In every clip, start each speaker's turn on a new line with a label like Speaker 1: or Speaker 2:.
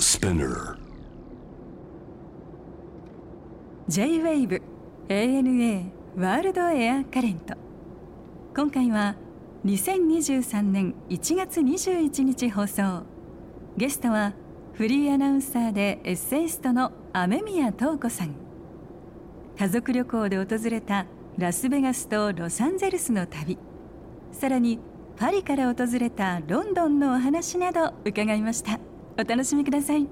Speaker 1: Spinner.
Speaker 2: J-WAVE ANA ワールドエアカレント今回は2023年1月21日放送ゲストはフリーアナウンサーでエッセイストの雨宮塔子さん家族旅行で訪れたラスベガスとロサンゼルスの旅さらにパリから訪れたロンドンのお話など伺いましたお楽しみください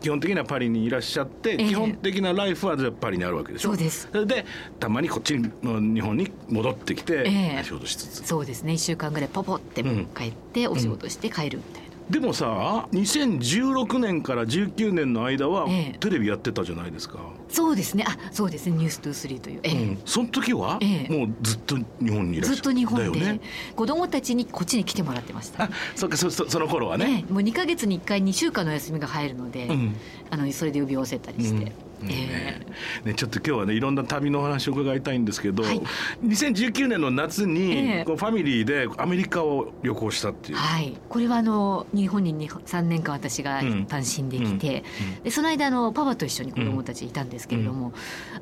Speaker 3: 基本的にはパリにいらっしゃって、
Speaker 4: え
Speaker 3: 基本的なライフはじゃあパリにあるわけでしょ
Speaker 4: そうです
Speaker 3: れでたまにこっちの日本に戻ってきて、
Speaker 4: ええ
Speaker 3: 仕事しつつ
Speaker 4: そうですね1週間ぐらいポポって
Speaker 3: うん
Speaker 4: 帰ってお仕事して帰るみたいな、
Speaker 3: でもさ2016年から19年の間は
Speaker 4: ええ
Speaker 3: テレビやってたじゃないですか、
Speaker 4: そうですねあそうですね「ニュース2 3という、ええ
Speaker 3: うん、その時は、
Speaker 4: ええ
Speaker 3: もうずっと日本にいらっしゃ
Speaker 4: ずっと日本で、
Speaker 3: だよね
Speaker 4: 子供たちにこっちに来てもらってました
Speaker 3: あそっかそそその頃はね
Speaker 4: ね、もう2ヶ月に1回2週間の休みが入るので、
Speaker 3: うん
Speaker 4: あのそれで呼び寄せたり
Speaker 3: う
Speaker 4: し
Speaker 3: ん
Speaker 4: て、
Speaker 3: うん
Speaker 4: え
Speaker 3: ねね、ちょっと今日はねいろんな旅のお話を伺いたいんですけど、
Speaker 4: はい
Speaker 3: 2019年の夏
Speaker 4: え
Speaker 3: に
Speaker 4: え
Speaker 3: こうファミリーでアメリカを旅行したって
Speaker 4: え
Speaker 3: いう、
Speaker 4: はい、これはあの日本に3年間私が単身できて、
Speaker 3: うん
Speaker 4: でその間あのパパと一緒に子供たちいたんですけれども、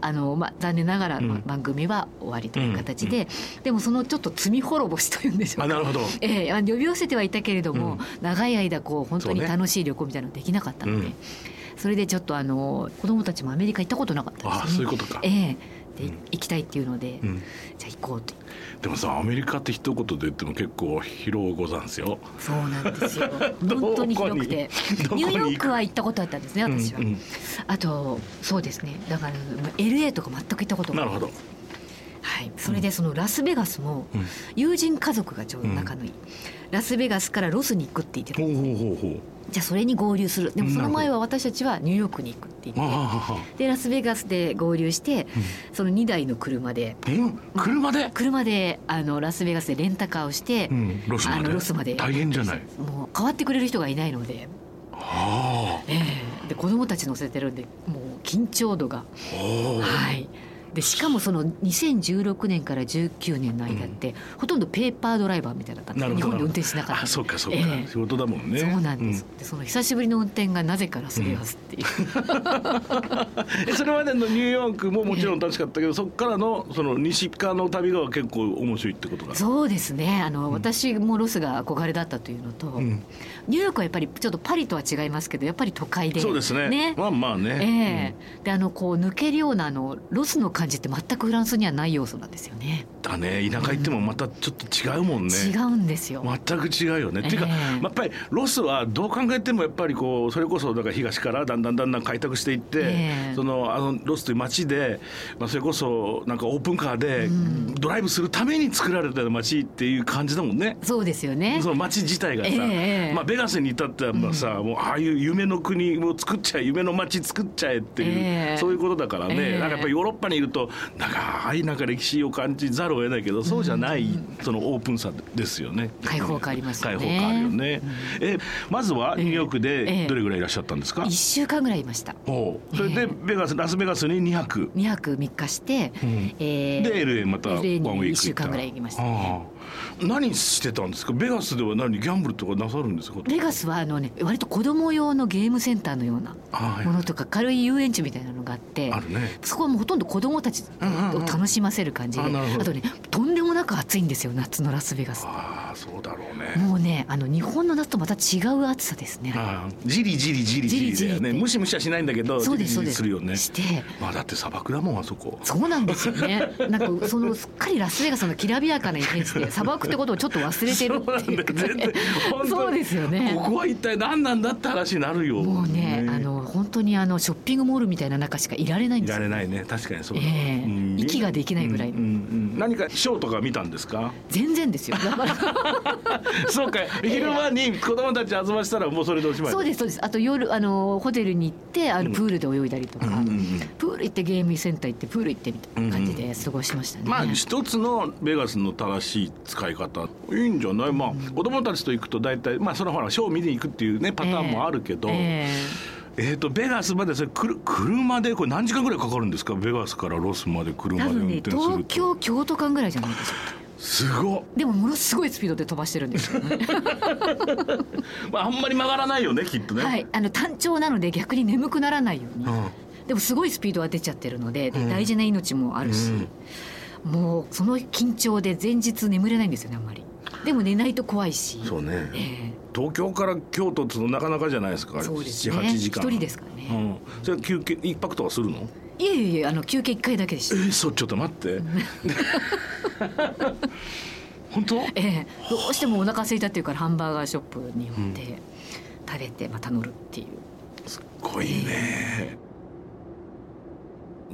Speaker 4: あのまあ、残念ながら
Speaker 3: うん
Speaker 4: まあ番組は終わりという形で、でもそのちょっと罪滅ぼしというんでしょ
Speaker 3: あ
Speaker 4: うか
Speaker 3: なるほど
Speaker 4: ええあの呼び寄せてはいたけれど
Speaker 3: う
Speaker 4: も、
Speaker 3: ん
Speaker 4: 長い間こう本当に
Speaker 3: そうね
Speaker 4: 楽しい旅行みたいなのできなかったので
Speaker 3: う
Speaker 4: そ,、
Speaker 3: ん
Speaker 4: れでちょっとあの子供たちもアメリカ行ったことなかったんです
Speaker 3: あ
Speaker 4: ね。
Speaker 3: そういうことか、
Speaker 4: ええで、
Speaker 3: うん
Speaker 4: 行きたいっていうので、
Speaker 3: うん
Speaker 4: じゃあ行こうと
Speaker 3: でもさアメリカって一言で言っても結構疲労ござんす よ
Speaker 4: そうなんで すよ
Speaker 3: どこに
Speaker 4: 本当に広くて
Speaker 3: どこに
Speaker 4: ニ
Speaker 3: 行く
Speaker 4: ューヨークは行ったことあったんですね私は、
Speaker 3: うん
Speaker 4: あとそうですねだからまあ LA とか全く行ったこ
Speaker 3: う
Speaker 4: と
Speaker 3: ん、な
Speaker 4: が
Speaker 3: る
Speaker 4: ない
Speaker 3: ほど、
Speaker 4: はい、それでそのラスベガスも
Speaker 3: うん
Speaker 4: 友人家族がちょうど仲のいい、ラスベガスからロスに行くって言ってた
Speaker 3: ほうほうほうほう
Speaker 4: じゃあそれに合流するでもそ
Speaker 3: な
Speaker 4: の
Speaker 3: るほど
Speaker 4: 前は私たちはニューヨークに行くって言
Speaker 3: あ
Speaker 4: って
Speaker 3: ああああ
Speaker 4: でラスベガスで合流して、その2台の車で
Speaker 3: あうん車で、
Speaker 4: 車であのラスベガスでレンタカーをして、
Speaker 3: うん、ロスま
Speaker 4: あ
Speaker 3: で
Speaker 4: のロスまで
Speaker 3: 大変じゃない
Speaker 4: もう変わってくれる人がいないので,、
Speaker 3: あ
Speaker 4: ええで子供たち乗せてるんでもう緊張度が、
Speaker 3: あおお
Speaker 4: はい、でしかもその2016年から19年の間って、ほとんどペーパードライバーみたいな感じ
Speaker 3: な
Speaker 4: で
Speaker 3: るほ
Speaker 4: 日
Speaker 3: ど
Speaker 4: 本で運転しなかった
Speaker 3: あそうかそうか、
Speaker 4: ええ
Speaker 3: 仕事だもんね
Speaker 4: そうなんです、でその久しぶりの運転がなぜかラスベガスっていう、
Speaker 3: うんえそれまでのニューヨークももちろん楽しかったけど、そこからのその西側の旅が結構面白いってことが
Speaker 4: そうですねあの、私もロスが憧れだったというのと、
Speaker 3: ん
Speaker 4: ニューヨークはやっぱりちょっとパリとは違いますけどやっぱり都会で
Speaker 3: そうですねまあまあね、
Speaker 4: ええであのこう抜けるようなあのロスの感じって全くフランスにはない要素なんですよね。
Speaker 3: うんだね田舎行ってもまたちょっと違うもんね、
Speaker 4: 違うんですよ。
Speaker 3: 全く違うよね。っていうか、
Speaker 4: ええ
Speaker 3: やっぱりロスはどう考えてもやっぱりこうそれこそだから東からだんだんだんだん開拓していって、
Speaker 4: ええ
Speaker 3: そのあのロスという街で、まあ、それこそなんかオープンカーでドライブするために作られた街っていう感じだもんね。
Speaker 4: そうですよね
Speaker 3: そ。の街自体がさ、
Speaker 4: ええ
Speaker 3: まあ、ベガスに至ってはまあさ、もうああいう夢の国を作っちゃえ夢の街作っちゃえっていう、
Speaker 4: ええ
Speaker 3: そういうことだからね、
Speaker 4: ええ
Speaker 3: なんかやっぱりヨーロッパにいると長いなんか歴史を感じざるを得ないけどそうじゃない、そのオープンさですよね
Speaker 4: 開放感ありますよね
Speaker 3: 開放感あるよね、えまずはニューヨーク
Speaker 4: え
Speaker 3: で
Speaker 4: え
Speaker 3: どれぐらいいらっしゃったんですか、
Speaker 4: 一週間ぐらいいました。
Speaker 3: おうそれ
Speaker 4: え
Speaker 3: で
Speaker 4: え
Speaker 3: ベガスラスベガスに2泊、
Speaker 4: 二泊三日して、
Speaker 3: ん
Speaker 4: ええ
Speaker 3: で LA またワンウィー
Speaker 4: LA
Speaker 3: ク行った
Speaker 4: に一週間ぐらい行きましたね
Speaker 3: ああ何してたんですかベガスでは何ギャンブルとかなさるんですか
Speaker 4: ベガスはあのね割と子供用のゲームセンターのような
Speaker 3: はい
Speaker 4: ものとか軽い遊園地みたいなのがあって
Speaker 3: あるね
Speaker 4: そこはもうほとんど子供たちを楽しませる感じで、
Speaker 3: うんうんうんあなるほど
Speaker 4: あとねとんでもなく暑いんですよ夏のラスベガス
Speaker 3: ああそうだろうね。
Speaker 4: もうねあの日本の夏とまた違う暑さですね
Speaker 3: ああじりじりじりじり
Speaker 4: じりじり
Speaker 3: だよね。
Speaker 4: って
Speaker 3: むしむしはしないんだけど、
Speaker 4: そう
Speaker 3: じり
Speaker 4: です
Speaker 3: じ
Speaker 4: そう
Speaker 3: り
Speaker 4: です
Speaker 3: するよね。
Speaker 4: して
Speaker 3: まあだって砂漠だもんあそこ。
Speaker 4: そうなんですよ ね。なんかそのすっかりラスベガスのきらびやかなイメージで砂漠ってことをちょっと忘れてるっていう
Speaker 3: そうなんだよ全然 本当に
Speaker 4: かね。そうですよね。
Speaker 3: ここは一体何なんだって話になるよ。
Speaker 4: もうねあの本当にあのショッピングモールみたいな中しかいられないん
Speaker 3: い
Speaker 4: です
Speaker 3: ら
Speaker 4: よ。
Speaker 3: れないね。確かにそうだ。
Speaker 4: ええ
Speaker 3: うん
Speaker 4: 息ができないぐらい
Speaker 3: うんうんうん何かショーとか見たんですか。
Speaker 4: 全然ですよ。だから
Speaker 3: そうか。昼間に子供たち集ましたらもうそれでおしまい。
Speaker 4: そうですそうです。あと夜あのホテルに行ってあの
Speaker 3: うん
Speaker 4: プールで泳いだりとか、
Speaker 3: うんうんうん
Speaker 4: プール行ってゲームセンター行ってプール行ってみたいな感じで過ごしましたね。
Speaker 3: まあ一つのベガスの正しい使い方いいんじゃないまあ子供たちと行くと大体まあそのほらショーを見に行くっていうねパターンもあるけど、
Speaker 4: え
Speaker 3: え
Speaker 4: え
Speaker 3: ーとベガスまでそれくる車でこれ何時間ぐらいかかるんですかベガスからロスまで
Speaker 4: 多
Speaker 3: 車で
Speaker 4: 分
Speaker 3: 運
Speaker 4: ね
Speaker 3: 転すると
Speaker 4: 東京京都間ぐらいじゃないでしょうか。
Speaker 3: すごっ
Speaker 4: でもものすごいスピードで飛ばしてるんですよね
Speaker 3: まああんまり曲がらないよねきっとね、
Speaker 4: はいあの単調なので逆に眠くならないように、
Speaker 3: うん
Speaker 4: でもすごいスピードは出ちゃってるのでで
Speaker 3: うん
Speaker 4: 大事な命もあるし、もうその緊張で前日眠れないんですよねあんまりでも寝ないと怖いし
Speaker 3: そうね
Speaker 4: え
Speaker 3: 東京から京都ってなかなかじゃないですか
Speaker 4: えそうですね
Speaker 3: 78時
Speaker 4: 一
Speaker 3: 間
Speaker 4: 人ですから
Speaker 3: う
Speaker 4: ね、
Speaker 3: ん、それは休憩一泊とかするの
Speaker 4: いえいえいえあの休憩1回だけでした
Speaker 3: えそうちょっと待って 本当
Speaker 4: ええどうしてもお腹空いたっていうからハンバーガーショップに寄って、食べてまた乗るっていう
Speaker 3: すっごいね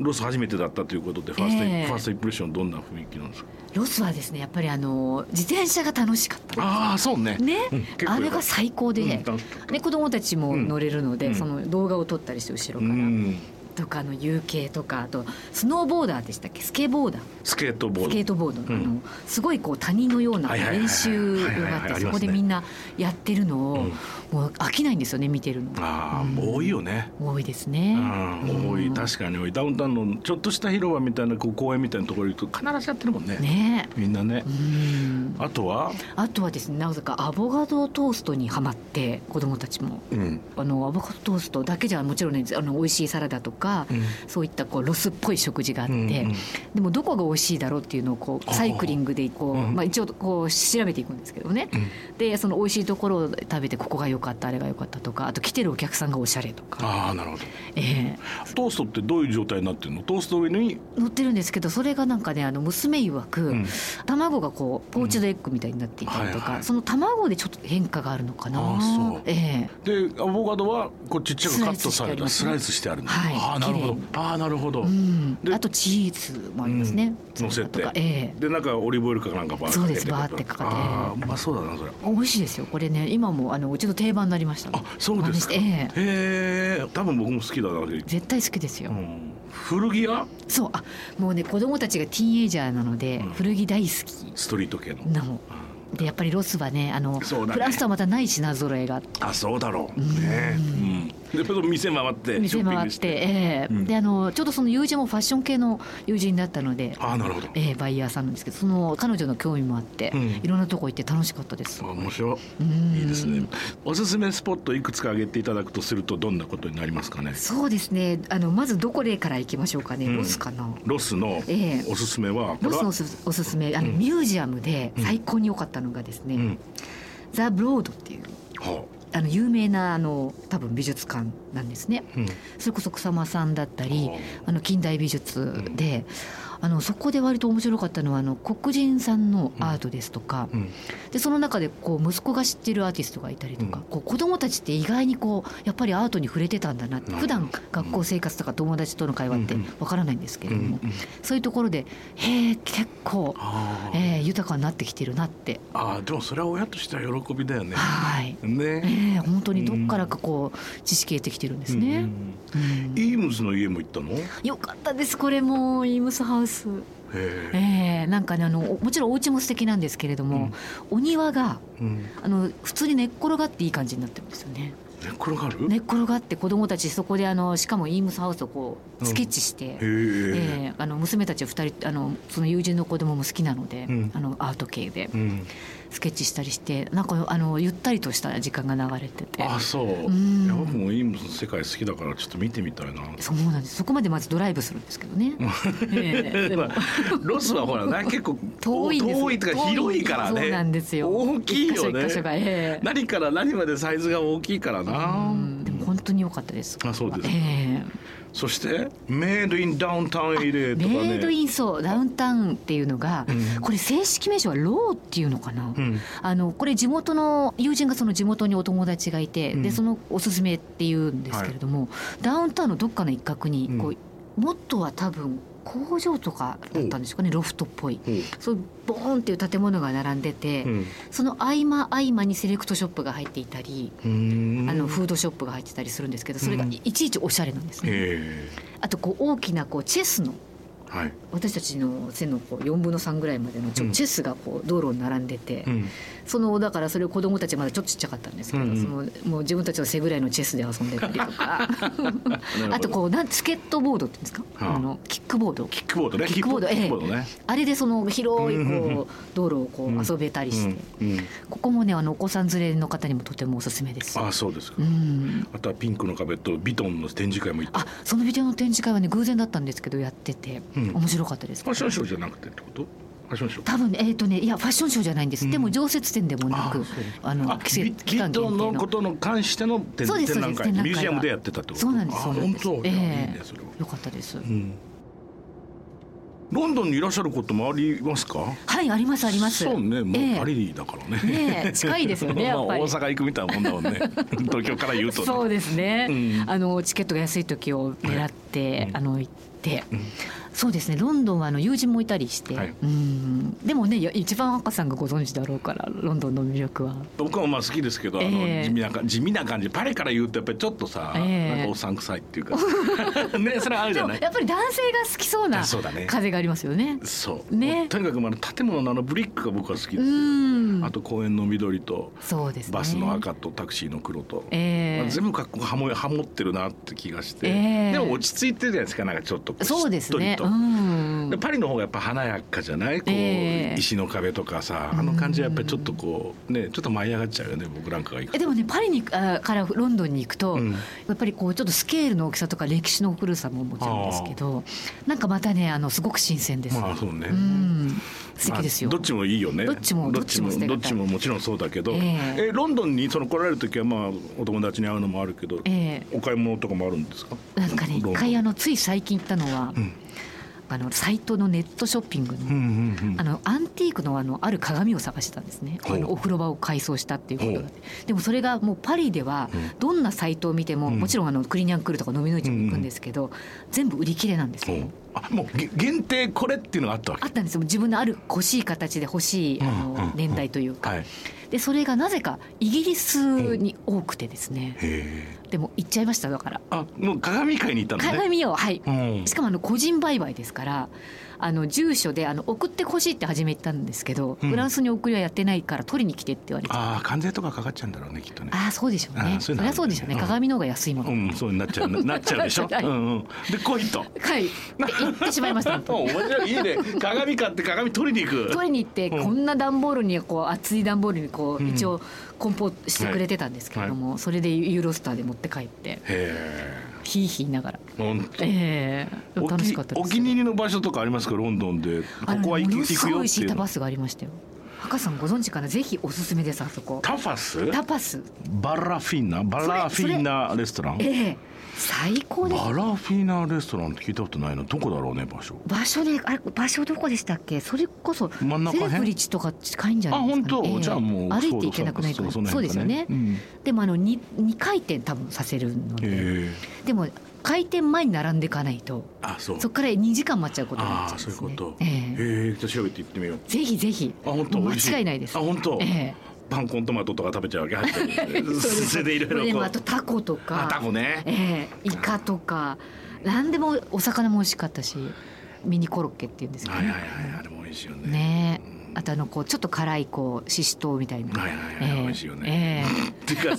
Speaker 3: ロス初めてだったということでファーストイン、
Speaker 4: ええ
Speaker 3: ファーストインプレッションどんな雰囲気なんですか
Speaker 4: ロスはですねやっぱりあの自転車が楽しかった
Speaker 3: ああそうね
Speaker 4: ね、
Speaker 3: うん結構
Speaker 4: あれが最高で、
Speaker 3: うん
Speaker 4: ね
Speaker 3: 楽しかった
Speaker 4: 子供たちも乗れるので、
Speaker 3: うん
Speaker 4: その動画を撮ったりして後ろ
Speaker 3: う
Speaker 4: から、
Speaker 3: ん
Speaker 4: とかの UK とかあとスノーボーダーでしたっけスケボーダー
Speaker 3: スケートボード
Speaker 4: スケートボードの,、
Speaker 3: うん
Speaker 4: あのすごいこう谷のような
Speaker 3: はいはいはいはい
Speaker 4: 練習
Speaker 3: はいはい
Speaker 4: が
Speaker 3: は
Speaker 4: あ
Speaker 3: い
Speaker 4: っ
Speaker 3: あり
Speaker 4: てそ
Speaker 3: ますね
Speaker 4: こでみんなやってるのを、
Speaker 3: うん
Speaker 4: もう飽きないんですよね見てるの
Speaker 3: ああ、
Speaker 4: うん
Speaker 3: 多いよね
Speaker 4: 多いですね
Speaker 3: う。ん、多い確かに多いダウンタウンのちょっとした広場みたいなこう公園みたいなところに行くと必ずやってるもんね
Speaker 4: ね
Speaker 3: みんなね
Speaker 4: え、うん
Speaker 3: あとは、
Speaker 4: あとはですねなぜかアボカドトーストにはまって子供たちも
Speaker 3: うん
Speaker 4: あのアボカドトーストだけじゃもちろんねあの美味しいサラダとか、そういったこうロスっぽい食事があって、
Speaker 3: うんうん
Speaker 4: でもどこが美味しいだろうっていうのをこうサイクリングでこう、
Speaker 3: うん
Speaker 4: まあ、一応こう調べていくんですけどね、でその美味しいところを食べてここが良かったあれが良かったとかあと来てるお客さんがおしゃれとか、
Speaker 3: ああなるほど
Speaker 4: え
Speaker 3: トーストってどういう状態になってるのトーストの上に
Speaker 4: え乗ってるんですけどそれがなんかねあの娘曰く、
Speaker 3: うん
Speaker 4: 卵がこうポーチドエッグみたいになっていたり
Speaker 3: う
Speaker 4: とか、
Speaker 3: んはいはい
Speaker 4: その卵でちょっと変化があるのかな
Speaker 3: あそう
Speaker 4: ええ
Speaker 3: でアボカドはこうちっちゃくカットされたス
Speaker 4: ス
Speaker 3: ラ
Speaker 4: ラ
Speaker 3: イ
Speaker 4: イ
Speaker 3: スしてあるの、
Speaker 4: はい
Speaker 3: ああなるほど
Speaker 4: 綺
Speaker 3: ああなるほど、
Speaker 4: うん
Speaker 3: で
Speaker 4: あとチーズもありますね、
Speaker 3: うん乗せて
Speaker 4: とかええ
Speaker 3: でなんかオリーブオイルかなんかバー
Speaker 4: そうで
Speaker 3: か
Speaker 4: す
Speaker 3: け
Speaker 4: バーってかかって
Speaker 3: ああまあそうだなそれ
Speaker 4: 美味しいですよこれね今もあのうちの定番になりましたね
Speaker 3: あそうですか
Speaker 4: 真似してえ
Speaker 3: へ
Speaker 4: え
Speaker 3: え多分僕も好きだな、う
Speaker 4: 絶対好きですよ、
Speaker 3: ん、古着屋
Speaker 4: そうあもうね子供たちがティーンエイジャーなので、
Speaker 3: うん
Speaker 4: 古着大好
Speaker 3: ストリート系の、
Speaker 4: きなのでやっぱりロスはねあの
Speaker 3: そうだね
Speaker 4: フランスとはまたない品揃えが
Speaker 3: あそうだろうねうん、でその店回ってショッ
Speaker 4: 店
Speaker 3: ピン
Speaker 4: 回
Speaker 3: グ
Speaker 4: っ、
Speaker 3: してて
Speaker 4: ええ
Speaker 3: うん
Speaker 4: であのちょうどその友人もファッション系の友人だったので、
Speaker 3: ああなるほど
Speaker 4: ええバイヤーさんなんですけどその彼女の興味もあって、
Speaker 3: うん
Speaker 4: いろんなとこ行って楽しかったです
Speaker 3: あ面白い
Speaker 4: うん
Speaker 3: いいですねおすすめスポットいくつか挙げていただくとするとどんなことになりますかね
Speaker 4: そうですねあのまずどこでから行きましょうかね、
Speaker 3: うん
Speaker 4: ロスかな
Speaker 3: ロスの
Speaker 4: ええ
Speaker 3: おすすめは、こ
Speaker 4: ロ
Speaker 3: れ
Speaker 4: ス
Speaker 3: は
Speaker 4: のおすおすすめあの、
Speaker 3: うん
Speaker 4: ミュージアムで最高に良かったのがですね、
Speaker 3: うん
Speaker 4: ザ・ブロードっていう
Speaker 3: は
Speaker 4: あの有名なあの多分美術館なんですね
Speaker 3: あうん
Speaker 4: それこそ草間さんだったり
Speaker 3: あ
Speaker 4: あの近代美術で、あのそこで割と面白かったのはあの黒人さんのアートですとか、
Speaker 3: うん
Speaker 4: でその中でこう息子が知ってるアーティストがいたりとか、
Speaker 3: うん
Speaker 4: こう子供たちって意外にこうやっぱりアートに触れてたんだなって
Speaker 3: なるほ
Speaker 4: 普
Speaker 3: ど
Speaker 4: 段学校生活とか友達との会話って
Speaker 3: うんうん
Speaker 4: わからないんですけ
Speaker 3: う
Speaker 4: れども、
Speaker 3: んうん
Speaker 4: そういうところでへえ結構、
Speaker 3: ああ
Speaker 4: えー豊かになってきてるなって、
Speaker 3: ああでもそれは親としては喜びだよね
Speaker 4: はい、え
Speaker 3: ね
Speaker 4: ー本当にどっからかこう知識得てきてるんですね。
Speaker 3: うん
Speaker 4: うん
Speaker 3: イームズの家も行ったのへ
Speaker 4: よかったですこれもイームスハウスえ
Speaker 3: え
Speaker 4: えなんかねあのもちろんお家も素敵なんですけれども、お庭が
Speaker 3: うん寝
Speaker 4: あの普通に寝っ転がっていい感じになってるんですよね
Speaker 3: っ転がる
Speaker 4: 寝っ転がって子供たちそこであのしかもイームスハウスをこうスケッチして、え
Speaker 3: へえ
Speaker 4: えあの娘たち二人あのその友人の子供も好きなので、
Speaker 3: うん
Speaker 4: あのアート系で
Speaker 3: うん
Speaker 4: スケッチしたりしてなんかあのゆったりとした時間が流れてて
Speaker 3: ああそう
Speaker 4: うん
Speaker 3: いや僕もイームズの世界好きだからちょっと見てみたいな
Speaker 4: そうなんですそこまでまずドライブするんですけどね、ええでも
Speaker 3: まあ ロスは ほらな結構
Speaker 4: 遠いんですよ
Speaker 3: 遠いとか広いからね
Speaker 4: そうなんですよ
Speaker 3: 大きい
Speaker 4: 一
Speaker 3: よ
Speaker 4: 箇所一箇所がえ
Speaker 3: ね
Speaker 4: え
Speaker 3: 何から何までサイズが大きいからな
Speaker 4: うんでも本当に良かったです。
Speaker 3: あそうですか
Speaker 4: え
Speaker 3: そしてメイドインダウンタウンエ
Speaker 4: え
Speaker 3: レとかね
Speaker 4: メイドインそうダウンタウンっていうのが、
Speaker 3: うん
Speaker 4: これ正式名称はローっていうのかな。
Speaker 3: うん
Speaker 4: あのこれ地元の友人がその地元にお友達がいて、
Speaker 3: うん
Speaker 4: でそのおすすめっていうんですけれども、ダウンタウンのどっかの一角にこう、もっとは多分工場とかだったんですかねロフトっぽい
Speaker 3: ほう
Speaker 4: そういうボーンっていう建物が並んでて、
Speaker 3: うん
Speaker 4: その合間合間にセレクトショップが入っていたり、
Speaker 3: うん
Speaker 4: あのフードショップが入ってたりするんですけどそれがいちいちおしゃれなんですね。
Speaker 3: ええ
Speaker 4: あとこう大きなこうチェスの
Speaker 3: はい
Speaker 4: 私たちの背のこう4分の3ぐらいまでのち
Speaker 3: う
Speaker 4: ょ
Speaker 3: ん
Speaker 4: チェスがこう道路に並んでて、
Speaker 3: うん
Speaker 4: そのだからそれを子供たちまだちょっとちっちゃかったんですけど、
Speaker 3: うんうん
Speaker 4: そのもう自分たちの背ぐらいのチェスで遊んでたりと か
Speaker 3: ほど
Speaker 4: あとこうなんスケットボードっていうんですか、
Speaker 3: はあ
Speaker 4: あのキックボード
Speaker 3: キックボードね
Speaker 4: キックボード
Speaker 3: ヒップキ
Speaker 4: え
Speaker 3: ッ
Speaker 4: え
Speaker 3: クボードね
Speaker 4: あれでその広
Speaker 3: う
Speaker 4: いこう、
Speaker 3: んうんうん
Speaker 4: 道路をこう
Speaker 3: うん
Speaker 4: 遊べたりして、
Speaker 3: うんうん
Speaker 4: ここもねあのお子さん連れの方にもとてもおすすめです。
Speaker 3: ああそうですか
Speaker 4: うん
Speaker 3: あとはピンクの壁とビトンの展示会も行った
Speaker 4: あそのビデオの展示会はね偶然だったんですけどやってて、
Speaker 3: うん
Speaker 4: 面白かったです
Speaker 3: ファッションショーじゃなくてってことファッションショー
Speaker 4: 多分ねえっ、とねいやファッションショーじゃないんです、
Speaker 3: うん
Speaker 4: でも常設店でもなく
Speaker 3: あそう
Speaker 4: あの季
Speaker 3: ビ
Speaker 4: 節期
Speaker 3: ビ
Speaker 4: 間
Speaker 3: ト
Speaker 4: 限
Speaker 3: ン
Speaker 4: 定
Speaker 3: のこ
Speaker 4: の
Speaker 3: との関しての展
Speaker 4: そうです
Speaker 3: 展覧
Speaker 4: そうです
Speaker 3: 会
Speaker 4: 展覧会が
Speaker 3: ミュージアムでやってたってこと
Speaker 4: そうなんです
Speaker 3: あ
Speaker 4: そうなんです
Speaker 3: 本当
Speaker 4: え
Speaker 3: い
Speaker 4: え
Speaker 3: やいいねそれは
Speaker 4: よかったです、
Speaker 3: うんロンドンにいらっしゃることもありますか
Speaker 4: はいありますあります
Speaker 3: そうねも
Speaker 4: え
Speaker 3: う
Speaker 4: え
Speaker 3: パリリだからね、
Speaker 4: ねえ近いですよねやっぱ り
Speaker 3: まあ大阪行くみたいなもんだもんね東京から言うとね
Speaker 4: そうですね、
Speaker 3: うん
Speaker 4: あのチケットが安い時を狙って、
Speaker 3: うん
Speaker 4: あの行って、
Speaker 3: うん
Speaker 4: そうですねロンドンはあの友人もいたりして、
Speaker 3: はい
Speaker 4: うんでもねや一番赤さんがご存知だろうからロンドンの魅力は
Speaker 3: 僕もまあ好きですけど、
Speaker 4: ええ
Speaker 3: あの地味なか地味な感じパリから言うとやっぱりちょっとさ、
Speaker 4: ええ
Speaker 3: なんかおっさん臭いっていうか ねそれはあるじ
Speaker 4: で
Speaker 3: ゃ
Speaker 4: も
Speaker 3: ない
Speaker 4: やっぱり男性が好きそうな
Speaker 3: そうだね
Speaker 4: 風がありますよね
Speaker 3: そう、
Speaker 4: ね
Speaker 3: とにかくまあ建物のあのブリックが僕は好き
Speaker 4: う
Speaker 3: です、
Speaker 4: ん
Speaker 3: あと公園の緑と
Speaker 4: そうですね
Speaker 3: バスの赤とタクシーの黒と、
Speaker 4: ええ
Speaker 3: まあ全部かっこハモハモってるなって気がして、
Speaker 4: ええ
Speaker 3: でも落ち着いてるじゃないですかなんかちょっとこ
Speaker 4: そうで
Speaker 3: しっ
Speaker 4: す
Speaker 3: とり
Speaker 4: ね
Speaker 3: と
Speaker 4: うん
Speaker 3: でパリの方がやっぱ華やかじゃないこう、
Speaker 4: ええ
Speaker 3: 石の壁とかさあの感じはやっぱりちょっとこうねちょっと舞い上がっちゃうよね僕なんかが行
Speaker 4: え
Speaker 3: くと。
Speaker 4: でもねパリにあからロンドンに行くと、
Speaker 3: うん
Speaker 4: やっぱりこうちょっとスケールの大きさとか歴史の古さももちろんですけどなんかまたねあのすごく新鮮です、
Speaker 3: まあそうね、
Speaker 4: うん素敵ですよ、
Speaker 3: まあどっちもいいよね
Speaker 4: どっちも
Speaker 3: どっちも
Speaker 4: どっちも捨てがた
Speaker 3: ど
Speaker 4: い
Speaker 3: っちももちろんそうだけど、
Speaker 4: え
Speaker 3: え
Speaker 4: え
Speaker 3: ロンドンにその来られる時はまあお友達に会うのもあるけど、
Speaker 4: え
Speaker 3: お買い物とかもあるんですか
Speaker 4: えなんかね
Speaker 3: ロ
Speaker 4: 一
Speaker 3: ンドン
Speaker 4: 回あのつい最近行ったのは、
Speaker 3: うん
Speaker 4: あのサイトのネットショッピングの,、
Speaker 3: うんうんうん
Speaker 4: あのアンティークのあのある鏡を探してたんですね
Speaker 3: ほう
Speaker 4: あのお風呂場を改装したっていうことがあってでもそれがもうパリでは
Speaker 3: うん
Speaker 4: どんなサイトを見ても、
Speaker 3: うん
Speaker 4: もちろんあのクリニャンクールとか飲みの市も行くんですけど、全部売り切れなんですよ。
Speaker 3: そうあもうげ限定これっていうのがあったわ
Speaker 4: あったんですよ自分のある欲しい形で欲しいあ
Speaker 3: うんうんう
Speaker 4: の
Speaker 3: ん
Speaker 4: 年代というか、
Speaker 3: けはいへ
Speaker 4: でそれがなぜかイギリスに多くてですね、
Speaker 3: え
Speaker 4: でも行っちゃいましただから
Speaker 3: あもう鏡買いに行ったのね
Speaker 4: 鏡をはい
Speaker 3: うん
Speaker 4: しかもあの個人売買ですからあの住所であの送ってほしいって初め言ったんですけど、
Speaker 3: うん
Speaker 4: フランスに送りはやってないから取りに来てって言われてあ
Speaker 3: ああ関税とかかかっちゃうんだろうねきっとね
Speaker 4: あーそうでしょうね
Speaker 3: あーそ
Speaker 4: そう
Speaker 3: いう
Speaker 4: り
Speaker 3: のある
Speaker 4: ゃそうでしょうね
Speaker 3: うん
Speaker 4: 鏡の方が安いもの、
Speaker 3: うんそうになっ ちゃうななっちゃうでしょ
Speaker 4: はい
Speaker 3: うんうんで来 いと
Speaker 4: はいで行ってしまいました本当に
Speaker 3: お面白いいいね鏡買って鏡取りに行く
Speaker 4: 取りに行って
Speaker 3: うん
Speaker 4: こんな段ボールにこう厚い段ボールにこ
Speaker 3: う
Speaker 4: う
Speaker 3: ん
Speaker 4: 一応梱包してくれてたんですけれども、それでユーロスターで持って帰って
Speaker 3: へ
Speaker 4: ヒーヒー言いながら、
Speaker 3: え本当
Speaker 4: ええ
Speaker 3: お
Speaker 4: 楽し
Speaker 3: き
Speaker 4: かったで
Speaker 3: お
Speaker 4: す
Speaker 3: 気に入りの場所とかありますかロンドンでこ
Speaker 4: あの
Speaker 3: こは行く
Speaker 4: もの
Speaker 3: 行
Speaker 4: す
Speaker 3: くよ
Speaker 4: ごい
Speaker 3: って
Speaker 4: 敷
Speaker 3: い
Speaker 4: いうた
Speaker 3: の
Speaker 4: バスがありましたよ赤さんご存知かなぜひおすすめですあそこ
Speaker 3: タファス
Speaker 4: タパス
Speaker 3: バラフィーナバラフィーナレストラン
Speaker 4: ええ最高です
Speaker 3: バラフィーナレストランって聞いたことないなどこだろうね場所
Speaker 4: 場所であれ場所どこでしたっけそれこそセ
Speaker 3: 真ん中辺
Speaker 4: レブリッジとか近いんじゃ
Speaker 3: あ
Speaker 4: ないです
Speaker 3: 本
Speaker 4: か、ね
Speaker 3: 当、
Speaker 4: ええ
Speaker 3: じゃあもう
Speaker 4: 歩いていけなくない
Speaker 3: そ
Speaker 4: か
Speaker 3: う
Speaker 4: ら
Speaker 3: そ
Speaker 4: そううですよね、
Speaker 3: その辺か
Speaker 4: でもあの 2, 回転多分させるの
Speaker 3: うん
Speaker 4: で、
Speaker 3: へえ
Speaker 4: でも開店前に並んでいかないと
Speaker 3: あそう
Speaker 4: そこから2時間待っちゃうことになっ
Speaker 3: あ
Speaker 4: ちゃう
Speaker 3: あ
Speaker 4: ん
Speaker 3: そう
Speaker 4: で
Speaker 3: いう
Speaker 4: す
Speaker 3: こ
Speaker 4: ね
Speaker 3: と
Speaker 4: ええ
Speaker 3: へえじゃあ調べて行ってみよう
Speaker 4: ぜひぜひ
Speaker 3: あ本当
Speaker 4: もう
Speaker 3: 美味し
Speaker 4: 間違いないです
Speaker 3: あ本当
Speaker 4: ええ
Speaker 3: パンコントマトとか食べちゃうわけ入って る
Speaker 4: そうです
Speaker 3: それでい
Speaker 4: こ
Speaker 3: ろ
Speaker 4: れ
Speaker 3: い
Speaker 4: で
Speaker 3: ろ
Speaker 4: も
Speaker 3: こ
Speaker 4: あと
Speaker 3: う
Speaker 4: タコとか
Speaker 3: あタコね
Speaker 4: ええイカとか何でもお魚も美味しかったしミニコロッケっていうんですか
Speaker 3: はい
Speaker 4: ね、
Speaker 3: はいはいあれも美味しいよね
Speaker 4: ねえあとあのこうちょっと辛いこうししとうみたいな、
Speaker 3: はいはいはい
Speaker 4: ええ
Speaker 3: 美味しいよね
Speaker 4: え え
Speaker 3: っていうか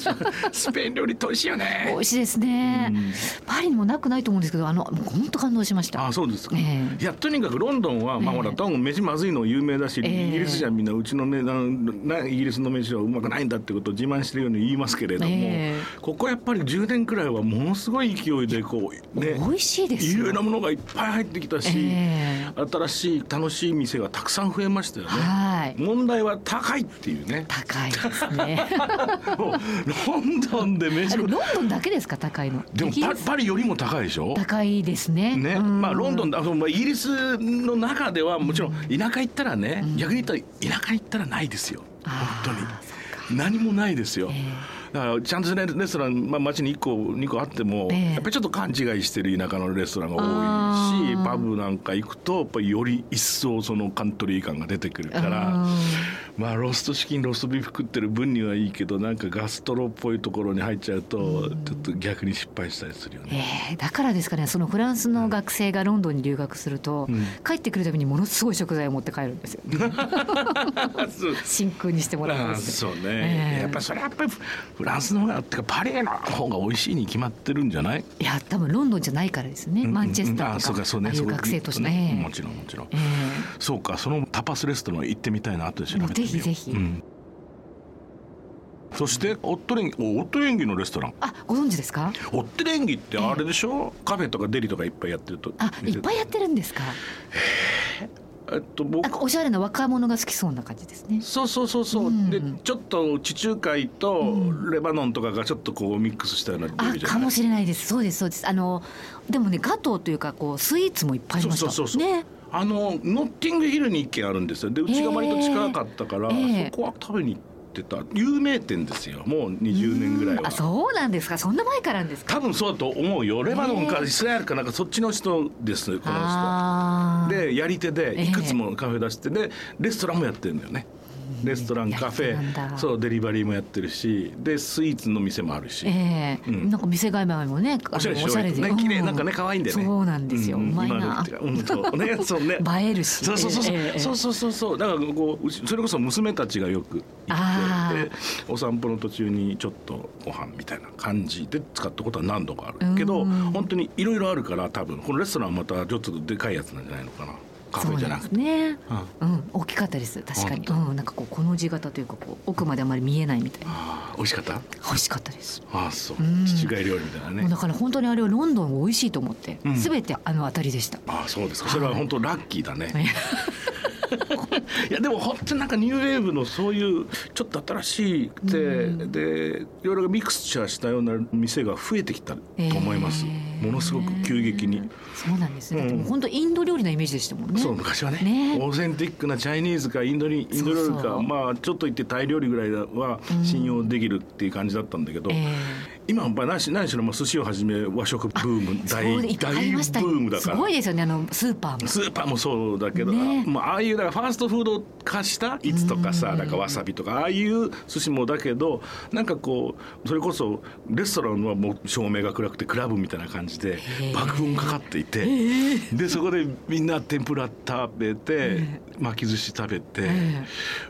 Speaker 3: ススペイン料理って美味しいよね
Speaker 4: 美味しいですね、
Speaker 3: うん
Speaker 4: パリにもなくないと思うんですけどあのもう本当感動しました
Speaker 3: あそうですか、
Speaker 4: ええ
Speaker 3: いやとにかくロンドンは、まあ、
Speaker 4: ええ
Speaker 3: ほら多分飯まずいの有名だし、
Speaker 4: ええ
Speaker 3: イギリスじゃみんなうちの、ね、ななイギリスの飯はうまくないんだってことを自慢してるように言いますけれども、
Speaker 4: え
Speaker 3: ここやっぱり10年くらいはものすごい勢いでこうね
Speaker 4: 美味しいです
Speaker 3: い
Speaker 4: よ
Speaker 3: ろいろなものがいっぱい入ってきたし、
Speaker 4: ええ
Speaker 3: 新しい楽しい店がたくさん増えましたよね。
Speaker 4: はい
Speaker 3: 問題は高いっていう ね
Speaker 4: 高いですね
Speaker 3: もうロンドンで飯
Speaker 4: あれ
Speaker 3: 食
Speaker 4: ロ
Speaker 3: う
Speaker 4: ンドンだけですか高いの
Speaker 3: でも
Speaker 4: イギ
Speaker 3: パ
Speaker 4: リス
Speaker 3: パリよりも高いでしょ
Speaker 4: 高いですね
Speaker 3: ね
Speaker 4: うん
Speaker 3: まあ、ロンドンだあそうまあイギリスの中ではもちろん田舎行ったらね、逆に言ったら田舎行ったらないですよ
Speaker 4: あー
Speaker 3: 本当に何もないですよ、
Speaker 4: え
Speaker 3: だからちゃんとねレストラン、まあ、街に1個2個あっても、
Speaker 4: ええ
Speaker 3: やっぱりちょっと勘違いしてる田舎のレストランが多いし
Speaker 4: あー
Speaker 3: パブなんか行くとやっぱりより一層そのカントリー感が出てくるか
Speaker 4: う
Speaker 3: ら
Speaker 4: ん
Speaker 3: まあローストチキンローストビーフ食ってる分にはいいけどなんかガストロっぽいところに入っちゃうとちょっと逆に失敗したりするよね。
Speaker 4: えーだからですかねそのフランスの学生がロンドンに留学すると、
Speaker 3: うん
Speaker 4: 帰ってくるたびにものすごい食材を持って帰るんで すよ、ね、
Speaker 3: そう
Speaker 4: 真空にしてもらう
Speaker 3: あ
Speaker 4: んです
Speaker 3: そうね、
Speaker 4: ええ
Speaker 3: やっぱりそれはやっぱりフランスの方がってかパリの方が美味しいに決まってるんじゃない
Speaker 4: いや多分ロンドンじゃないからですね、
Speaker 3: うん
Speaker 4: マンチェスタ
Speaker 3: うんあ
Speaker 4: ー
Speaker 3: そ
Speaker 4: と
Speaker 3: う
Speaker 4: か
Speaker 3: かそうね
Speaker 4: ああいう学生として
Speaker 3: そう
Speaker 4: ね
Speaker 3: もちろんもちろん、
Speaker 4: ええ
Speaker 3: そうかそのタパスレストラン行ってみたいな後で調べてみよう
Speaker 4: ぜひぜひ
Speaker 3: うんそしてオットレンギおオットレンギのレストラン
Speaker 4: あご存知ですか
Speaker 3: オットレンギってあれでしょ、カフェとかデリとかいっぱいやってると
Speaker 4: あいっぱいやってるんですか
Speaker 3: えっと僕
Speaker 4: なんかおしゃれな若者が好きそうな感じですね
Speaker 3: そうそうそうそう、
Speaker 4: うん
Speaker 3: でちょっと地中海と
Speaker 4: うん
Speaker 3: レバノンとかがちょっとこうミックスしたような料
Speaker 4: あ
Speaker 3: 理じゃない
Speaker 4: かもしれないですそうですそうですあのでもねガトーというかこうスイーツもいっぱいありました
Speaker 3: そうそうそうそう
Speaker 4: ね
Speaker 3: あのノッティングヒルに一軒あるんですよでうちが割と近かったから、
Speaker 4: えーえー
Speaker 3: そこは食べに行ってた有名店ですよもう20年ぐらい
Speaker 4: うんあ
Speaker 3: は
Speaker 4: そうなんですかそんな前からなんですか
Speaker 3: 多分そうだと思うよレバノンか
Speaker 4: えー
Speaker 3: イスラエルかなんかそっちの人ですねこの
Speaker 4: あ
Speaker 3: 人
Speaker 4: ー
Speaker 3: でやり手でいくつもカフェ出してでレストランもやってるんだよねレストランカフ
Speaker 4: やり手なん
Speaker 3: ェ
Speaker 4: だ
Speaker 3: そうデリバリーもやってるしでスイーツの店もあるし、
Speaker 4: ええ
Speaker 3: うん
Speaker 4: なんか店構えもねあの
Speaker 3: おしゃれでしょ
Speaker 4: おしゃれで
Speaker 3: ね
Speaker 4: う
Speaker 3: 綺麗なんかね可愛いんだよね
Speaker 4: そうなんですよ、うまい
Speaker 3: 今の
Speaker 4: な
Speaker 3: ってかうんそうねそう ね
Speaker 4: 映えるし
Speaker 3: そうそうそうそう、
Speaker 4: ええええ
Speaker 3: そうそうそうそうだからこううちそれこそ娘たちがよく行
Speaker 4: あ
Speaker 3: って
Speaker 4: ー
Speaker 3: でお散歩の途中にちょっとご飯みたいな感じで使ったことは何度かあ
Speaker 4: うん
Speaker 3: るけど本当にいろいろあるから多分このレストランはまたちょっとでかいやつなんじゃないのかなカフェじゃなくて。
Speaker 4: そうですね
Speaker 3: うん
Speaker 4: うん、大きかったです確かに、
Speaker 3: 本
Speaker 4: うん、なんかこうこの字型というかこう奥まであまり見えないみたいな
Speaker 3: あー美味しかった
Speaker 4: 美味しかったです、
Speaker 3: あーそう
Speaker 4: うん
Speaker 3: 地中海料理みたいな
Speaker 4: もうだ
Speaker 3: ね
Speaker 4: から本当にあれはロンドン美味しいと思って、
Speaker 3: うん
Speaker 4: 全てあの当たりでした
Speaker 3: あーそうですかそれは本当ラッキーだね
Speaker 4: ね
Speaker 3: いやでも本当になんかニューウェーブのそういうちょっと新しくて、
Speaker 4: うん
Speaker 3: でいろいろミクスチャーしたような店が増えてきたと思います、
Speaker 4: えー
Speaker 3: ものすごく急激に、
Speaker 4: そうなんですね、
Speaker 3: うん
Speaker 4: だってもう本当インド料理のイメージでしたもんね
Speaker 3: そう昔はね
Speaker 4: ね
Speaker 3: オーセンティックなチャイニーズかインドにインド料理か
Speaker 4: そうそう
Speaker 3: まあちょっと言ってタイ料理ぐらいは
Speaker 4: うん
Speaker 3: 信用できるっていう感じだったんだけど、
Speaker 4: え
Speaker 3: 今は何し何しろまあ寿司をはじめ和食ブーム
Speaker 4: え
Speaker 3: 大
Speaker 4: そういっぱいあ
Speaker 3: 大
Speaker 4: り
Speaker 3: ブ
Speaker 4: ました
Speaker 3: ームだか
Speaker 4: すご
Speaker 3: ら
Speaker 4: い。ですよねあのスーパーも
Speaker 3: スーパーもそうだけど、
Speaker 4: ね
Speaker 3: まあああいうだからファーストフード化したいつとかさ
Speaker 4: うん
Speaker 3: なんかわさびとかああいう寿司もだけどなんかこうそれこそレストランはもう照明が暗くてクラブみたいな感じで
Speaker 4: ー
Speaker 3: 爆音かかっていて、でそこでみんな天ぷら食べて巻き寿司食べて、
Speaker 4: え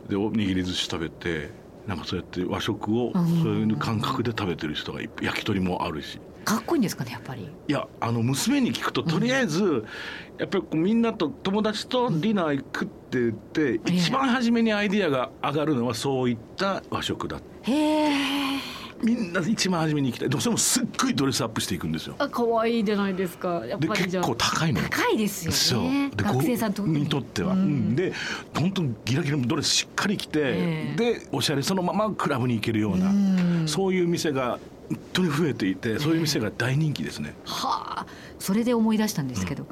Speaker 3: でおにぎり寿司食べてなんかそうやって和食をそううんいう感覚で食べてる人がいっぱい焼き鳥もあるし。
Speaker 4: かっこいいんですかねやっぱり
Speaker 3: いやあの娘に聞くととりあえず、やっぱりこうみんなと友達とディナー行くって言って、
Speaker 4: え
Speaker 3: 一番初めにアイディアが上がるのはそういった和食だ
Speaker 4: へえ
Speaker 3: みんな一番初めに行きたいでもそれもすっごいドレスアップしていくんですよ
Speaker 4: あ可愛いじゃないですかやっ
Speaker 3: で
Speaker 4: ぱりじ
Speaker 3: 結
Speaker 4: ゃあ
Speaker 3: 構高いのよ
Speaker 4: 高いですよね
Speaker 3: で
Speaker 4: 学生さん
Speaker 3: こ
Speaker 4: 特
Speaker 3: うにとっては、
Speaker 4: うん
Speaker 3: うんで本当にギラギラのドレスしっかり着て、
Speaker 4: ええ
Speaker 3: でおしゃれそのままクラブに行けるような、
Speaker 4: うん
Speaker 3: そういう店が本当に増えていてそういう店が大人気ですね、
Speaker 4: はあそれで思い出したんですけど、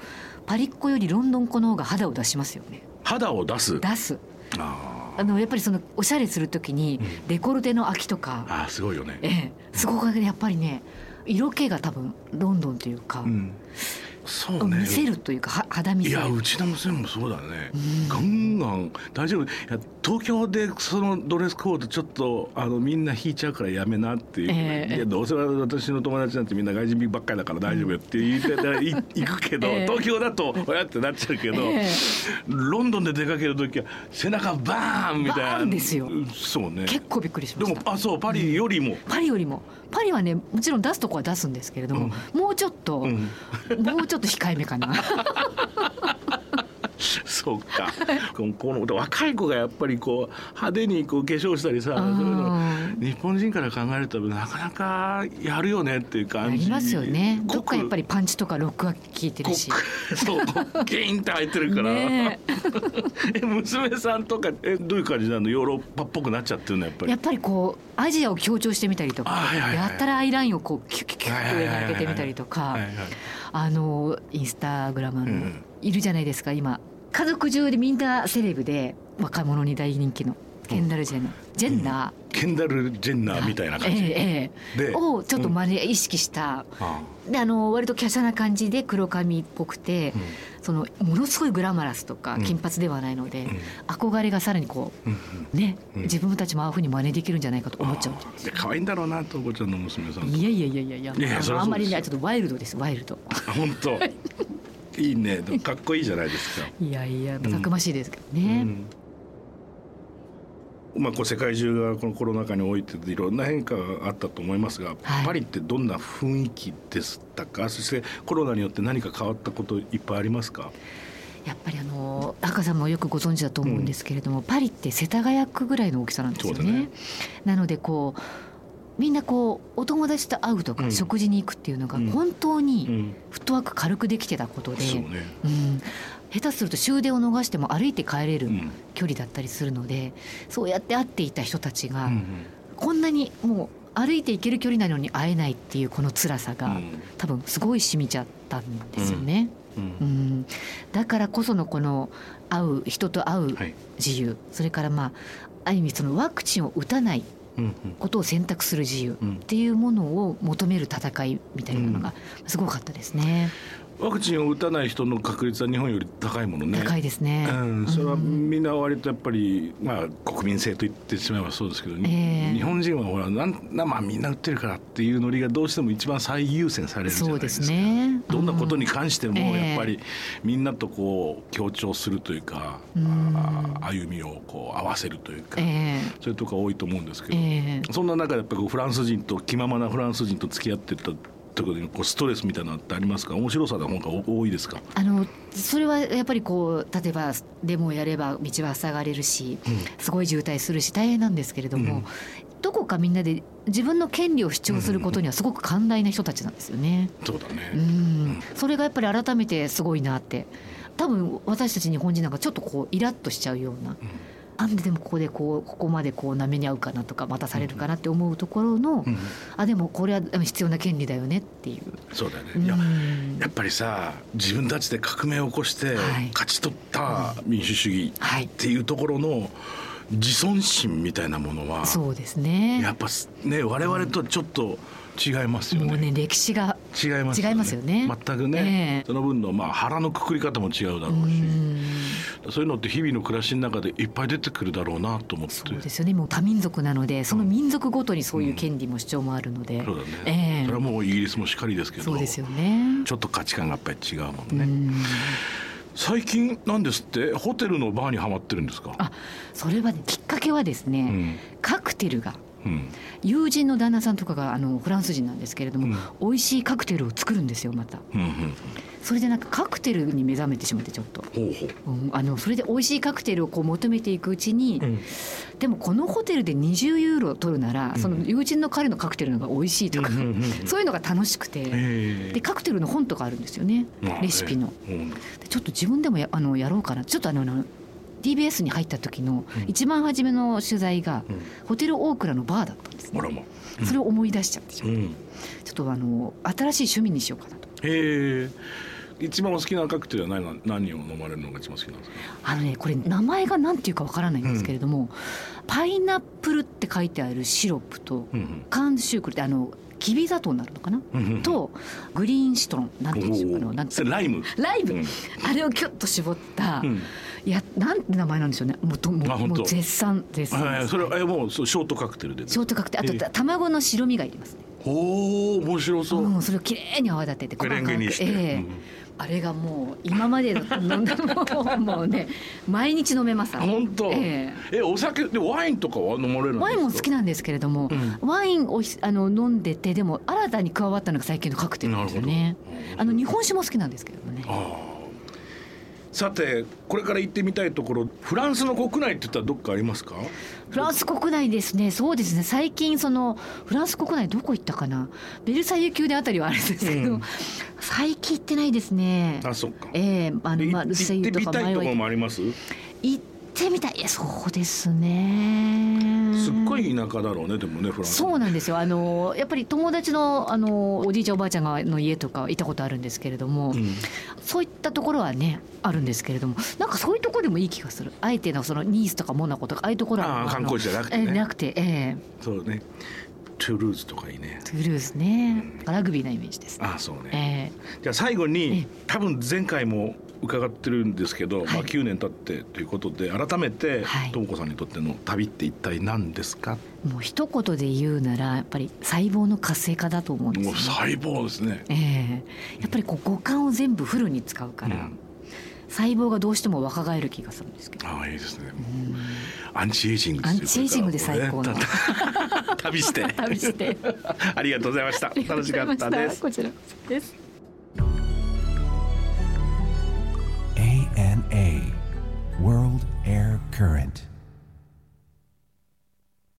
Speaker 4: パリっ子よりロンドンっ子の方が肌を出しますよね
Speaker 3: 肌を出す
Speaker 4: 出す
Speaker 3: あ
Speaker 4: あのやっぱりそのおしゃれするときにデコルテの空きとか、
Speaker 3: ーあーすごいよね
Speaker 4: ええそこがやっぱりね色気が多分ロンドンというか、
Speaker 3: うん、そうね
Speaker 4: 見せるというかは肌
Speaker 3: い
Speaker 4: 見せ
Speaker 3: や
Speaker 4: る
Speaker 3: うちの娘もそうだね、ガンガン大丈夫いや東京でそのドレスコードちょっとあのみんな引いちゃうからやめなっていう、
Speaker 4: ええ
Speaker 3: いやどうせ私の友達なんてみんな外人ばっかりだから大丈夫よって言って、 い行くけど、
Speaker 4: ええ
Speaker 3: 東京だと親ってなっちゃうけど、
Speaker 4: ええ
Speaker 3: ロンドンで出かける時は背中バーンみたいな
Speaker 4: バーンですよ
Speaker 3: そうね
Speaker 4: 結構びっくりし
Speaker 3: で
Speaker 4: まし
Speaker 3: も
Speaker 4: た
Speaker 3: あそうパリよりも、
Speaker 4: パリよりもパリはねもちろん出すとこは出すんですけれども、もうちょっと、
Speaker 3: ん
Speaker 4: もうちょっと控えめ かな
Speaker 3: そうか。このこの若い子がやっぱりこう派手にこう化粧したりさ、
Speaker 4: うん
Speaker 3: そういうの日本人から考えるとなかなかやるよねっていう
Speaker 4: あ
Speaker 3: 感じ。
Speaker 4: りますよねどっかやっぱ
Speaker 3: り。
Speaker 4: りパンチとかロックが効いてるし
Speaker 3: そう、ゲインって入ってるから。
Speaker 4: ね え
Speaker 3: え娘さんとかえどういう感じなの？ヨーロッパっぽくなっちゃってるのやっぱり。
Speaker 4: やっぱりこうアジアを強調してみたりとか、
Speaker 3: あはいはいはい
Speaker 4: やったらアイラインをこうキュキュキュッと上に上げてみたりとか、
Speaker 3: はいはい
Speaker 4: あのインスタグラマー
Speaker 3: うんう
Speaker 4: の
Speaker 3: ん
Speaker 4: いるじゃないですか今家族中でみんなセレブで若者に大人気のケンダル・ジェンのジェンダ
Speaker 3: ケンダル・ジェンナ
Speaker 4: ー、
Speaker 3: ーみたいな
Speaker 4: え
Speaker 3: 感じ、
Speaker 4: えええ
Speaker 3: で
Speaker 4: をちょっと
Speaker 3: うん
Speaker 4: 真似、意識した
Speaker 3: あ
Speaker 4: であの割と華奢な感じで黒髪っぽくて、
Speaker 3: うん
Speaker 4: そのものすごいグラマラスとか
Speaker 3: うん
Speaker 4: 金髪ではないので、
Speaker 3: ん
Speaker 4: 憧れがさらにこ
Speaker 3: うん
Speaker 4: うね、
Speaker 3: うん
Speaker 4: 自分たちもああいうふうに真似できるんじゃないかと思っちゃう。
Speaker 3: あで可愛いんだろうなとこちゃんの娘さん
Speaker 4: いやいやいやいやいや
Speaker 3: いやいや
Speaker 4: あ
Speaker 3: そり
Speaker 4: の
Speaker 3: ゃ
Speaker 4: あ
Speaker 3: そ
Speaker 4: ん
Speaker 3: う
Speaker 4: まり
Speaker 3: で
Speaker 4: ね
Speaker 3: す
Speaker 4: ちょっとワイルドですワイルド
Speaker 3: あ本当いいねでもかっこいいじゃないですか、
Speaker 4: いやいや
Speaker 3: ん
Speaker 4: たくましいですけど
Speaker 3: う
Speaker 4: ね、
Speaker 3: んまあ、こう世界中がこのコロナ禍においていろんな変化があったと思いますが、
Speaker 4: はい
Speaker 3: パリってどんな雰囲気でしたかそしてコロナによって何か変わったこといっぱいありますか
Speaker 4: やっぱりあの赤さんもよくご存知だと思うんですけれども、パリって世田谷区ぐらいの大きさなんですよ
Speaker 3: そう
Speaker 4: ね
Speaker 3: だね
Speaker 4: なのでこうみんなこうお友達と会うとか、
Speaker 3: うん
Speaker 4: 食事に行くっていうのが
Speaker 3: うん
Speaker 4: 本当
Speaker 3: う
Speaker 4: に
Speaker 3: ん、
Speaker 4: フットワーク軽くできてたことで、
Speaker 3: そうね、
Speaker 4: うん下手すると終電を逃しても歩いて帰れ
Speaker 3: う
Speaker 4: る
Speaker 3: ん
Speaker 4: 距離だったりするので、そうやって会っていた人たちが、
Speaker 3: うん
Speaker 4: こんなにもう歩いて行ける距離なのに会えないっていうこの辛さ
Speaker 3: う
Speaker 4: が、
Speaker 3: ん
Speaker 4: 多分すごい染みちゃったんですよね。
Speaker 3: うん
Speaker 4: うん、だからこそのこの会う人と会う
Speaker 3: はい
Speaker 4: 自由、それからまあある意味そのワクチンを打たない
Speaker 3: うんうん
Speaker 4: ことを選択する自由っ
Speaker 3: うん
Speaker 4: ていうものを求める戦いみたいなのがすごかったですね、
Speaker 3: ワクチンを打たない人の確率は日本より高いものね。
Speaker 4: 高いですね、
Speaker 3: うん、それは
Speaker 4: うん
Speaker 3: みんな割とやっぱり、まあ、国民性と言ってしまえばそうですけど、
Speaker 4: ええ
Speaker 3: 日本人はほらなんな、まあ、みんな売ってるからっていうノリがどうしても一番最優先されるじゃな
Speaker 4: そ
Speaker 3: いうで
Speaker 4: ですす
Speaker 3: か。
Speaker 4: ね
Speaker 3: どんなことに関しても
Speaker 4: うん
Speaker 3: やっぱりみんなとこう協調するというか、
Speaker 4: うん
Speaker 3: あ歩みをこう合わせるというか、
Speaker 4: ええ
Speaker 3: そういうとこが多いと思うんですけど、
Speaker 4: ええ
Speaker 3: そんな中でやっぱりこうフランス人と気ままなフランス人と付き合ってったところでこうストレスみたいなのってありますか面白さの方が多いですか、
Speaker 4: あのそれはやっぱりこう例えばデモをやれば道は塞がれるし、すごい渋滞するし大変なんですけれども、
Speaker 3: うん
Speaker 4: どこかみんなで自分の権利を主張することにはすごく寛大な人たちなんですよね。
Speaker 3: そうだね、
Speaker 4: うんそれがやっぱり改めてすごいなって多分私たち日本人なんかちょっとこうイラッとしちゃうような。なんででもここでこうここまでこうなめに合うかなとか待たされるかなって思うところの、
Speaker 3: うん
Speaker 4: あでもこれはでも必要な権利だよねっていう。
Speaker 3: そうだね、
Speaker 4: うん
Speaker 3: いややっぱりさ自分たちで革命を起こして
Speaker 4: はい
Speaker 3: 勝ち取った民主主義
Speaker 4: はい
Speaker 3: っていうところの自尊心みたいなものは、
Speaker 4: そうですね
Speaker 3: やっぱね我々とはちょっと違いますよね。
Speaker 4: もうね歴史が
Speaker 3: 違います
Speaker 4: 違いますよね
Speaker 3: 全くね、
Speaker 4: ええ
Speaker 3: その分のまあ腹のくくり方も違うだろ
Speaker 4: う
Speaker 3: うし、
Speaker 4: ん
Speaker 3: そういうのって日々の暮らしの中でいっぱい出てくるだろうなと思って
Speaker 4: そうですよねもう多民族なのでその民族ごとにそういう権利も主張もあるので、
Speaker 3: そうだ
Speaker 4: え
Speaker 3: ね、
Speaker 4: え
Speaker 3: それはもうイギリスもしっかりですけど
Speaker 4: そうですよね
Speaker 3: ちょっと価値観がやっぱり違うもん
Speaker 4: う
Speaker 3: ね、
Speaker 4: ん
Speaker 3: 最近なんですってホテルのバーにはまってるんですか
Speaker 4: あそれはねきっかけはです
Speaker 3: う
Speaker 4: ね、
Speaker 3: ん
Speaker 4: カクテルが
Speaker 3: うん
Speaker 4: 友人の旦那さんとかがあのフランス人なんですけれども、
Speaker 3: うん
Speaker 4: 美味しいカクテルを作るんですよまた
Speaker 3: うんうん
Speaker 4: それでなんかカクテルに目覚めてしまってちょっと、
Speaker 3: ほうほう
Speaker 4: うんあのそれで美味しいカクテルをこう求めていくうちに、
Speaker 3: うん
Speaker 4: でもこのホテルで20ユーロ取るなら、その友人の彼のカクテルの方が美味しいとか、
Speaker 3: うんうんうんうん
Speaker 4: そういうのが楽しくて、
Speaker 3: ええ
Speaker 4: でカクテルの本とかあるんですよね、
Speaker 3: まあ
Speaker 4: レシピの、
Speaker 3: ええうん
Speaker 4: でちょっと自分でもやあのやろうかなちょっとあのあの TBS に入った時の一番初めの取材が、ホテルオークラのバーだったんですね
Speaker 3: あらま
Speaker 4: それを思い出しちゃってちょ
Speaker 3: うん
Speaker 4: っとあの新しい趣味にしようかなと
Speaker 3: ええ一番お好きなカクテルは何な何を飲まれるのが一番好きなんですか
Speaker 4: あのねこれ名前が何ていうかわからないんですけれども、パイナップルって書いてあるシロップと
Speaker 3: うん
Speaker 4: カンシュークルってあのきび砂糖になるのかな、
Speaker 3: うんうん
Speaker 4: とグリーンシトロンなん
Speaker 3: お
Speaker 4: ていうんでしょうかあのなん
Speaker 3: ー
Speaker 4: て
Speaker 3: それライム
Speaker 4: ライブ、
Speaker 3: うん
Speaker 4: あれをキュッと絞った、
Speaker 3: うん
Speaker 4: いやなんて名前なんでしょうねもうども
Speaker 3: あ
Speaker 4: う
Speaker 3: 本当
Speaker 4: もう絶賛絶賛
Speaker 3: ええ
Speaker 4: です
Speaker 3: それはええもうそうショートカクテルで
Speaker 4: ショートカクテルあと、
Speaker 3: ええ
Speaker 4: 卵の白身がいりますね、
Speaker 3: ほう面白そううん
Speaker 4: それをきれいに泡立てて
Speaker 3: メレンゲにして
Speaker 4: ええ
Speaker 3: うん
Speaker 4: あれがもう今までの飲んだもうもうね毎日飲めます
Speaker 3: あ本当
Speaker 4: え
Speaker 3: えお酒でワインとかは飲まれないんですか
Speaker 4: ワインも好きなんですけれども、ワインをひあの飲んでてでも新たに加わったのが最近のカクテルなんですよねあの日本酒も好きなんですけれどもね
Speaker 3: さてこれから行ってみたいところフランスの国内って言ったらどっかありますか
Speaker 4: フランス国内ですね、そうですね、最近、そのフランス国内、どこ行ったかな、ベルサイユ宮殿あたりはあるんですけど、
Speaker 3: うん
Speaker 4: 最近行ってないですね、
Speaker 3: あそっか
Speaker 4: ええあのまあ、
Speaker 3: で
Speaker 4: ルセ
Speaker 3: 行
Speaker 4: イ
Speaker 3: って
Speaker 4: ユと
Speaker 3: み
Speaker 4: か
Speaker 3: たい
Speaker 4: 前
Speaker 3: と
Speaker 4: は
Speaker 3: ころ
Speaker 4: 行
Speaker 3: もあります
Speaker 4: 行っってみたいいやそうですね
Speaker 3: すっごい田舎だろうねでもねフランス
Speaker 4: そうなんですよあのやっぱり友達のあのおじいちゃんおばあちゃんがの家とかは行ったことあるんですけれども、
Speaker 3: うん
Speaker 4: そういったところはねあるんですけれどもなんかそういうところでもいい気がするあえてのそのニースとかモナコとかああいうところは
Speaker 3: ああ
Speaker 4: の
Speaker 3: 観光地じゃなくてね
Speaker 4: えーなくてええ
Speaker 3: そうねトゥールーズとかいいね
Speaker 4: トゥールーズねラグビーなイメージですね
Speaker 3: ああそうね、
Speaker 4: え
Speaker 3: じゃあ最後
Speaker 4: え
Speaker 3: に
Speaker 4: え
Speaker 3: 多分前回も伺ってるんですけど、ま
Speaker 4: は
Speaker 3: あ
Speaker 4: い
Speaker 3: 9年経ってということで改めて
Speaker 4: はい
Speaker 3: とも子さんにとっての旅って一体何ですか、
Speaker 4: えもう一言で言うならやっぱり細胞の活性化だと思うんです
Speaker 3: も
Speaker 4: よ
Speaker 3: う
Speaker 4: ね
Speaker 3: 細胞ですね
Speaker 4: ええやっぱりこう五感を全部フルに使うから、
Speaker 3: うん
Speaker 4: 細胞がどうしても若返る気がするんですけど、
Speaker 3: ああいいですね
Speaker 4: うん
Speaker 3: アンチエイジングです
Speaker 4: ア
Speaker 3: よ
Speaker 4: ンチエイジングで最高の
Speaker 3: これからもね 旅して
Speaker 4: 旅して
Speaker 3: ありがとうございました楽しかったです
Speaker 4: こちらこそです